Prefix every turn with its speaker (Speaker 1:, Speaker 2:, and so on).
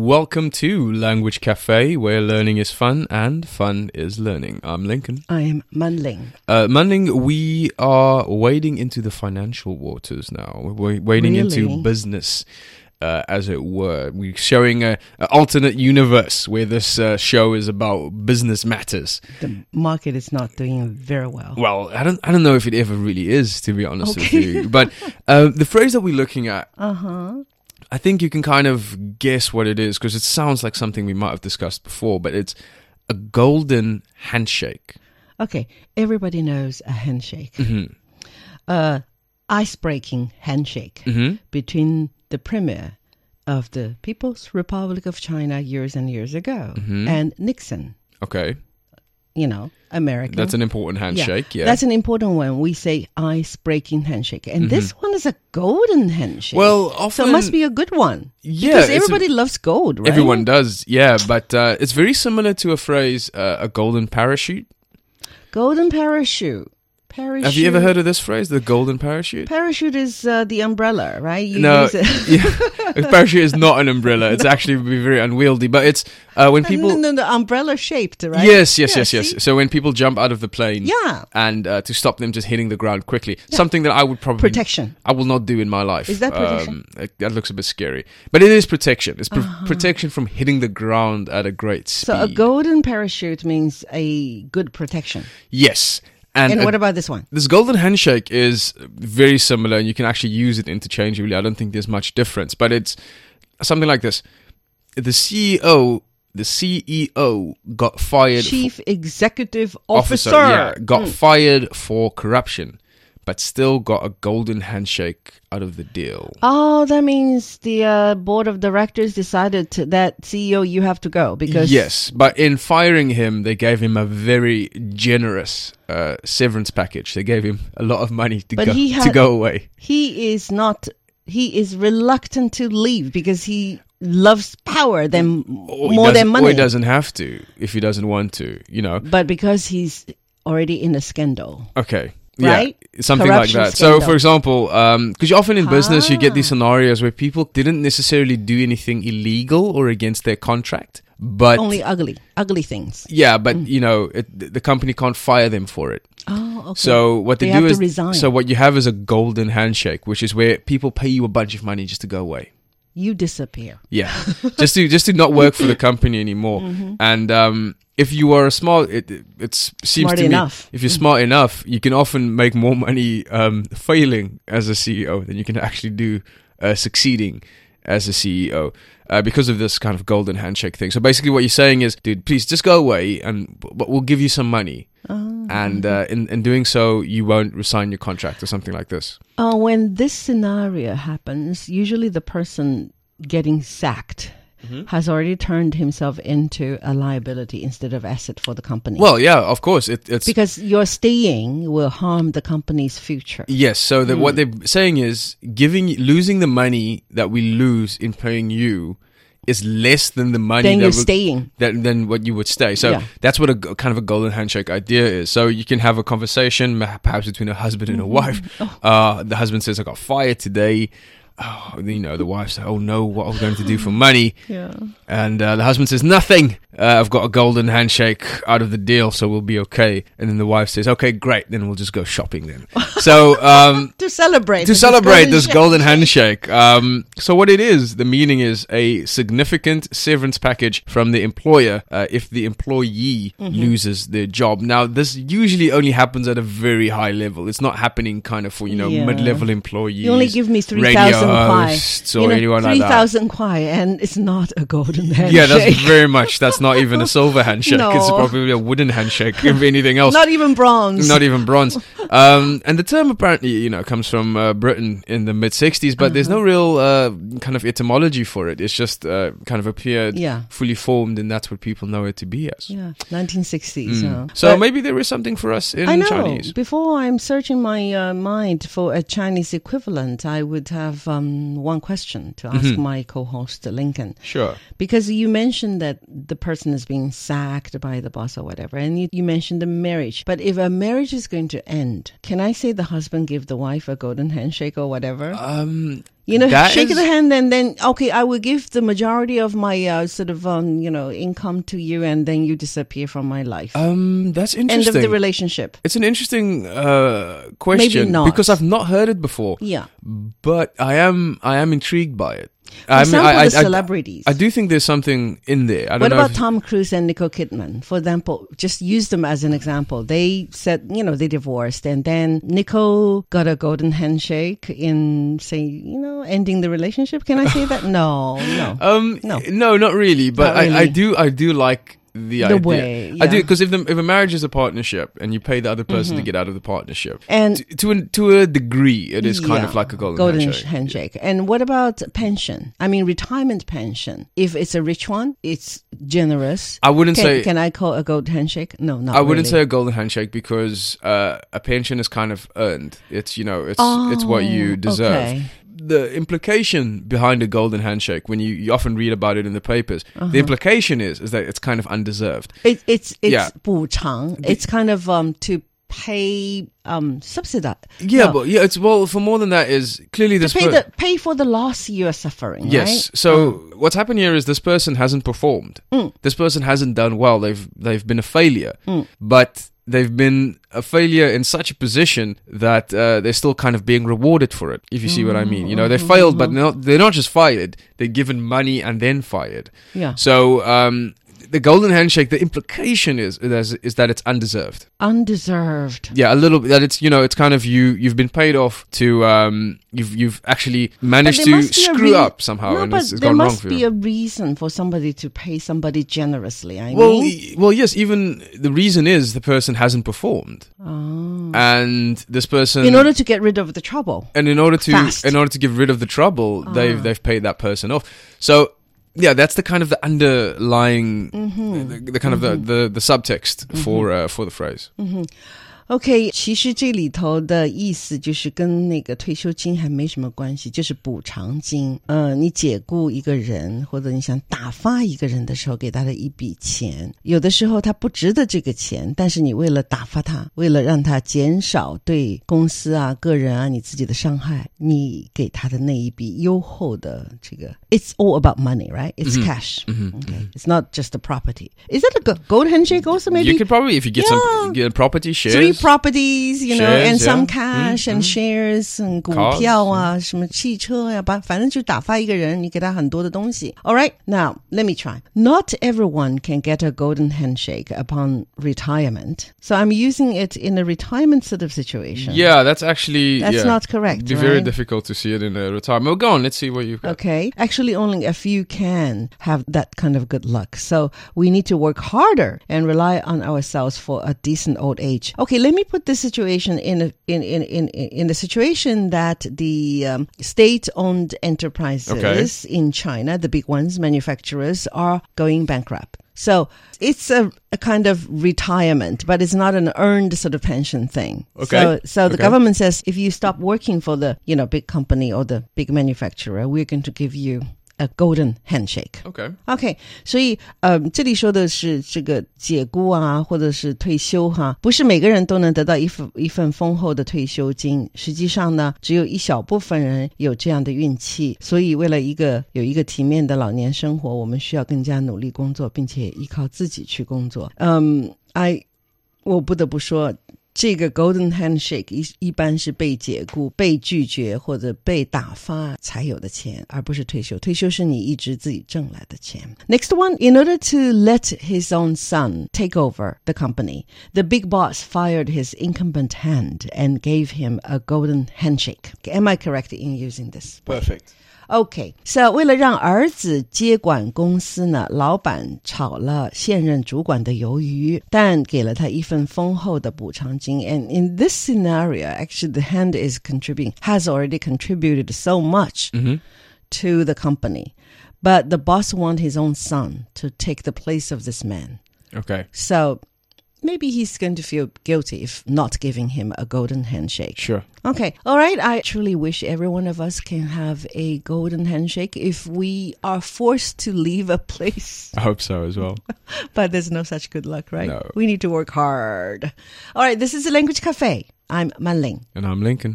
Speaker 1: Welcome to Language Cafe, where learning is fun and fun is learning. I'm Lincoln.
Speaker 2: I am Manling.
Speaker 1: Uh, Manling, we are wading into the financial waters now. We're wa- wading into
Speaker 2: Really?
Speaker 1: business, uh, as it were. We're showing a, a alternate universe where this uh, show is about business matters.
Speaker 2: The market is not doing very well.
Speaker 1: Well, I don't, I don't know if it ever really is, to be honest
Speaker 2: Okay.
Speaker 1: with you. But uh, the phrase that we're looking at,
Speaker 2: Uh
Speaker 1: Uh-huh.
Speaker 2: huh.
Speaker 1: I think you can kind of guess what it is because it sounds like something we might have discussed before. But it's a golden handshake.
Speaker 2: Okay, everybody knows a handshake,
Speaker 1: hmm
Speaker 2: uh, ice-breaking handshake
Speaker 1: hmm
Speaker 2: between the premier of the People's Republic of China years and years ago
Speaker 1: Mm-hmm.
Speaker 2: and Nixon.
Speaker 1: Okay,
Speaker 2: You know, America.
Speaker 1: that's an important handshake. Yeah.
Speaker 2: That's an important one. We say ice-breaking handshake, and this one is a golden handshake.
Speaker 1: Mm-hmm. well,
Speaker 2: so
Speaker 1: often
Speaker 2: it must be a good one.
Speaker 1: yeah. it's
Speaker 2: because
Speaker 1: a-
Speaker 2: everybody loves gold, right?
Speaker 1: everyone does. Yeah, but uh, it's very similar to a phrase, uh, a golden parachute.
Speaker 2: golden parachute. Parachute.
Speaker 1: Have you ever heard of this phrase, the golden parachute?
Speaker 2: Parachute is uh, the umbrella, right? You
Speaker 1: no,
Speaker 2: use it-
Speaker 1: yeah, a parachute is not an umbrella. It's actually would be very unwieldy. But it's uh, when people
Speaker 2: no, no, no, umbrella shaped, right?
Speaker 1: Yes, yes,
Speaker 2: Yeah,
Speaker 1: yes, yes.
Speaker 2: see?
Speaker 1: So when people jump out of the plane,
Speaker 2: Yeah.
Speaker 1: and uh, to stop them just hitting the ground quickly, something that I would probably
Speaker 2: Protection.
Speaker 1: I will not do in my life.
Speaker 2: Is that protection? Uh-huh.
Speaker 1: Um, it- that looks a bit scary, but it is protection. It's pr- protection from hitting the ground at a great speed.
Speaker 2: So a golden parachute means a good protection.
Speaker 1: yes, and,
Speaker 2: And,
Speaker 1: a-
Speaker 2: what about this one?
Speaker 1: this golden handshake is very similar, and you can actually use it interchangeably. I don't think there's much difference, but it's something like this: the CEO, the CEO got fired. for-
Speaker 2: Chief Executive
Speaker 1: officer,
Speaker 2: Officer. Hmm.
Speaker 1: yeah, got fired for corruption, but still got a golden handshake out of the deal.
Speaker 2: Oh, that means the uh, board of directors decided to, that CEO you have to go because
Speaker 1: Yes, but in firing him, they gave him a very generous uh, severance package. They gave him a lot of money to
Speaker 2: But
Speaker 1: go
Speaker 2: he
Speaker 1: to
Speaker 2: had-
Speaker 1: go away.
Speaker 2: he is not he is reluctant to leave because he loves power than
Speaker 1: Or Oh, he
Speaker 2: more than
Speaker 1: doesn't-
Speaker 2: money.
Speaker 1: Or he doesn't have to if he doesn't want to. You know.
Speaker 2: But because he's already in a scandal.
Speaker 1: Okay.
Speaker 2: Right?
Speaker 1: Yeah, something like
Speaker 2: Corruption
Speaker 1: that. So,
Speaker 2: scandal. Ah.
Speaker 1: for example, because you're often in business, you get these scenarios where people didn't necessarily do anything illegal or against their contract, but
Speaker 2: only ugly, ugly things.
Speaker 1: Yeah, but you know, it, th- the company can't fire them for it.
Speaker 2: Oh, Mm. okay.
Speaker 1: So what they,
Speaker 2: They
Speaker 1: do
Speaker 2: have to
Speaker 1: is
Speaker 2: resign.
Speaker 1: so what you have is a golden handshake, which is where people pay you a bunch of money just to go away.
Speaker 2: you disappear.
Speaker 1: Yeah, just to just to not work for the company anymore.
Speaker 2: Mm-hmm.
Speaker 1: And um, if you are a smart, it it- it's, seems
Speaker 2: Smart
Speaker 1: to
Speaker 2: enough. Mm.
Speaker 1: me if you're smart enough, you can often make more money um, failing as a CEO than you can actually do uh, succeeding as a CEO uh, because of this kind of golden handshake thing. So basically, what you're saying is, dude, please just go away, and but we'll give you some money.
Speaker 2: Mm-hmm.
Speaker 1: And uh, in, in doing so, you won't resign your contract or something like this.
Speaker 2: Uh, when this scenario happens, usually the person getting sacked
Speaker 1: Mm-hmm.
Speaker 2: has already turned himself into a liability instead of asset for the company.
Speaker 1: Well, yeah, of course, it, it's
Speaker 2: because your staying will harm the company's future.
Speaker 1: Yes. So that
Speaker 2: Hmm.
Speaker 1: what they're saying is giving losing the money that we lose in paying you is less than the money
Speaker 2: Then
Speaker 1: that
Speaker 2: you're
Speaker 1: would-
Speaker 2: staying.
Speaker 1: than, than what you would stay. So
Speaker 2: Yeah.
Speaker 1: that's what a g- kind of a golden handshake idea is. So you can have a conversation, ma- perhaps between a husband
Speaker 2: Mm-hmm.
Speaker 1: and a wife.
Speaker 2: Oh.
Speaker 1: Uh, the husband says, "I got fired today." Oh, you know, the wife says, "Oh no, what are we going to do for money?"
Speaker 2: Yeah.
Speaker 1: And uh, the husband says, Nothing. Uh, I've got a golden handshake out of the deal, so we'll be okay. And then the wife says, Okay, great. Then we'll just go shopping then. so, um,
Speaker 2: To celebrate.
Speaker 1: to
Speaker 2: this
Speaker 1: celebrate
Speaker 2: golden
Speaker 1: this
Speaker 2: share.
Speaker 1: golden handshake. Um, so what it is, the meaning is a significant severance package from the employer uh, if the employee
Speaker 2: Mm-hmm.
Speaker 1: loses their job. Now, this usually only happens at a very high level. It's not happening kind of for you know
Speaker 2: Yeah.
Speaker 1: mid-level employees.
Speaker 2: You only give me
Speaker 1: radio
Speaker 2: 3,000 kwai.
Speaker 1: hosts
Speaker 2: You
Speaker 1: or
Speaker 2: know,
Speaker 1: anyone like that.
Speaker 2: 3,000 kwai, and it's not a golden handshake.
Speaker 1: Yeah, that's very much. That's not even a silver handshake. It's
Speaker 2: No.
Speaker 1: probably a wooden handshake, if anything else.
Speaker 2: not even bronze.
Speaker 1: Not even bronze. Um, and the term apparently, you know, comes from uh, Britain in the mid 60s, but there's
Speaker 2: Mm-hmm.
Speaker 1: no real uh, kind of etymology for it. It's just uh, kind of appeared
Speaker 2: Yeah.
Speaker 1: fully formed, and that's what people know it to be as.
Speaker 2: Yeah, 1960s.
Speaker 1: Mm.
Speaker 2: huh?
Speaker 1: So
Speaker 2: But-
Speaker 1: maybe there is something for us in
Speaker 2: I know.
Speaker 1: Chinese.
Speaker 2: Before I'm searching my uh, mind for a Chinese equivalent, I would have um, one question to ask
Speaker 1: Mm-hmm.
Speaker 2: my co-host Lincoln
Speaker 1: Sure.
Speaker 2: because you mentioned that the person is being sacked by the boss or whatever, and you, you mentioned the marriage. But if a marriage is going to end, can I say the husband give the wife a golden handshake or whatever?
Speaker 1: Um,
Speaker 2: You know,
Speaker 1: That
Speaker 2: shake
Speaker 1: is-
Speaker 2: the hand and then okay, I will give the majority of my uh, sort of um, you know income to you, and then you disappear from my life.
Speaker 1: Um, that's
Speaker 2: End
Speaker 1: interesting.
Speaker 2: of the relationship.
Speaker 1: it's an interesting uh, question
Speaker 2: not.
Speaker 1: because I've not heard it before,
Speaker 2: Yeah.
Speaker 1: but I am I am intrigued by it.
Speaker 2: For
Speaker 1: I
Speaker 2: example,
Speaker 1: I,
Speaker 2: the
Speaker 1: I-
Speaker 2: celebrities.
Speaker 1: I do think there's something in there. I don't
Speaker 2: what
Speaker 1: know.
Speaker 2: about
Speaker 1: if-
Speaker 2: Tom Cruise and Nicole Kidman? For example, just use them as an example. They said, you know, they divorced and then Nicole got a golden handshake in saying, you know, ending the relationship. Can I say that? No, no.
Speaker 1: Um,
Speaker 2: No.
Speaker 1: no, not really. But
Speaker 2: Not
Speaker 1: I, I
Speaker 2: really.
Speaker 1: do, I do like the, idea.
Speaker 2: way,
Speaker 1: I do
Speaker 2: yeah. Mm-hmm.
Speaker 1: because if the, if a marriage is a partnership and you pay the other person to get out of the partnership,
Speaker 2: And-
Speaker 1: t- to a, to a degree, it is kind
Speaker 2: Yeah,
Speaker 1: of like a golden,
Speaker 2: golden
Speaker 1: handshake.
Speaker 2: sh- handshake. And what about pension? I mean, retirement pension. If it's a rich one, it's generous.
Speaker 1: I wouldn't
Speaker 2: can,
Speaker 1: say
Speaker 2: Can I call a golden handshake? No, not
Speaker 1: I wouldn't
Speaker 2: really.
Speaker 1: say a golden handshake because uh, a pension is kind of earned. It's you know, it's it's what you
Speaker 2: Oh,
Speaker 1: deserve.
Speaker 2: okay.
Speaker 1: The implication behind a golden handshake, when you, you often read about it in the papers, the implication is is that it's kind of undeserved.
Speaker 2: It, it's it's
Speaker 1: Yeah.
Speaker 2: 补偿. It's kind of um to pay um subsidize.
Speaker 1: Yeah,
Speaker 2: no,
Speaker 1: but yeah, it's well for more than that is clearly this.
Speaker 2: to pay
Speaker 1: per-
Speaker 2: the pay for the loss you are suffering.
Speaker 1: Yes.
Speaker 2: right? Um,
Speaker 1: So what's happened here is this person hasn't performed. This person hasn't done well. They've they've been a failure, but they've been a failure in such a position that uh, they're still kind of being rewarded for it. If you see what I mean, you know, they failed, but not, they're not just fired. They're given money and then fired.
Speaker 2: yeah,
Speaker 1: So um, the golden handshake, the implication is, is is that it's undeserved.
Speaker 2: undeserved.
Speaker 1: Yeah, a little bit. That it's you know, it's kind of you. You've been paid off to. Um, you've you've actually managed to
Speaker 2: there must be a
Speaker 1: screw
Speaker 2: rea-
Speaker 1: up somehow,
Speaker 2: no,
Speaker 1: and
Speaker 2: but
Speaker 1: it's, it's
Speaker 2: there
Speaker 1: gone wrong
Speaker 2: must
Speaker 1: for
Speaker 2: be
Speaker 1: you.
Speaker 2: a reason for somebody to pay somebody generously. I
Speaker 1: well, y-
Speaker 2: mean,
Speaker 1: well, yes. Even the reason is the person hasn't performed,
Speaker 2: Oh.
Speaker 1: and this person,
Speaker 2: in order to get rid of the trouble.
Speaker 1: and in order to
Speaker 2: Fast. Ah.
Speaker 1: in order to get rid of the trouble, they've they've paid that person off. So. Yeah, that's the kind of the underlying,
Speaker 2: Mm-hmm.
Speaker 1: the, the kind of the, the, the subtext for uh, for the phrase.
Speaker 2: OK，其实这里头的意思就是跟那个退休金还没什么关系，就是补偿金。呃，你解雇一个人，或者你想打发一个人的时候，给他的一笔钱，有的时候他不值得这个钱，但是你为了打发他，为了让他减少对公司啊、个人啊、你自己的伤害，你给他的那一笔优厚的这个，It's all about money, right? It's cash. Okay, it's not just the property. Is that a go- gold handshake also? Maybe
Speaker 1: you could probably, if you get
Speaker 2: Yeah.
Speaker 1: some get property shares,
Speaker 2: three properties, you know,
Speaker 1: Shares,
Speaker 2: and some
Speaker 1: yeah. Mm-hmm.
Speaker 2: cash and shares and 股
Speaker 1: Cars,
Speaker 2: 票啊，什么汽车呀，把反正就打发一个人，你给他很多的东西。All right, now let me try. Not everyone can get a golden handshake upon retirement, so I'm using it in a retirement sort of situation.
Speaker 1: Yeah, that's actually
Speaker 2: That's
Speaker 1: yeah.
Speaker 2: not correct,
Speaker 1: It'd be very
Speaker 2: right?
Speaker 1: difficult to see it in a retirement. Well, go on, let's see what you've got.
Speaker 2: Okay. Actually, only a few can have that kind of good luck. So we need to work harder and rely on ourselves for a decent old age. Okay. Let me put this situation in a, in, in, in, in the situation that the um, state owned enterprises in China, the big ones, manufacturers are going bankrupt. So it's a, a kind of retirement, but it's not an earned sort of pension thing.
Speaker 1: Okay.
Speaker 2: So, so the
Speaker 1: Okay.
Speaker 2: government says if you stop working for the you know big company or the big manufacturer, we're going to give you a golden handshake.
Speaker 1: Okay.
Speaker 2: OK，所以呃，这里说的是这个解雇啊，或者是退休哈、不是每个人都能得到一份一份丰厚的退休金。实际上呢，只有一小部分人有这样的运气。所以，为了一个有一个体面的老年生活，我们需要更加努力工作，并且依靠自己去工作。嗯，I 我不得不说，这个 golden handshake 一一般是被解雇、被拒绝或者被打发才有的钱，而不是退休。退休是你一直自己挣来的钱。Next one, in order to let his own son take over the company, the big boss fired his incumbent hand and gave him a golden handshake. Am I correct in using this?
Speaker 1: Perfect.
Speaker 2: OK，so, 为了让儿子接管公司呢，老板炒了现任主管的鱿鱼，但给了他一份丰厚的补偿金。And in this scenario, actually, the hand is contributing has already contributed so much to the company, but the boss wants his own son to take the place of this man.
Speaker 1: Okay.
Speaker 2: So maybe he's going to feel guilty if not giving him a golden handshake.
Speaker 1: Sure.
Speaker 2: Okay. All right. I truly wish every one of us can have a golden handshake if we are forced to leave a place.
Speaker 1: I hope so as well.
Speaker 2: But there's no such good luck, right?
Speaker 1: No.
Speaker 2: We need to work hard. All right. This is the Language Cafe. I'm Manling.
Speaker 1: And I'm Lincoln.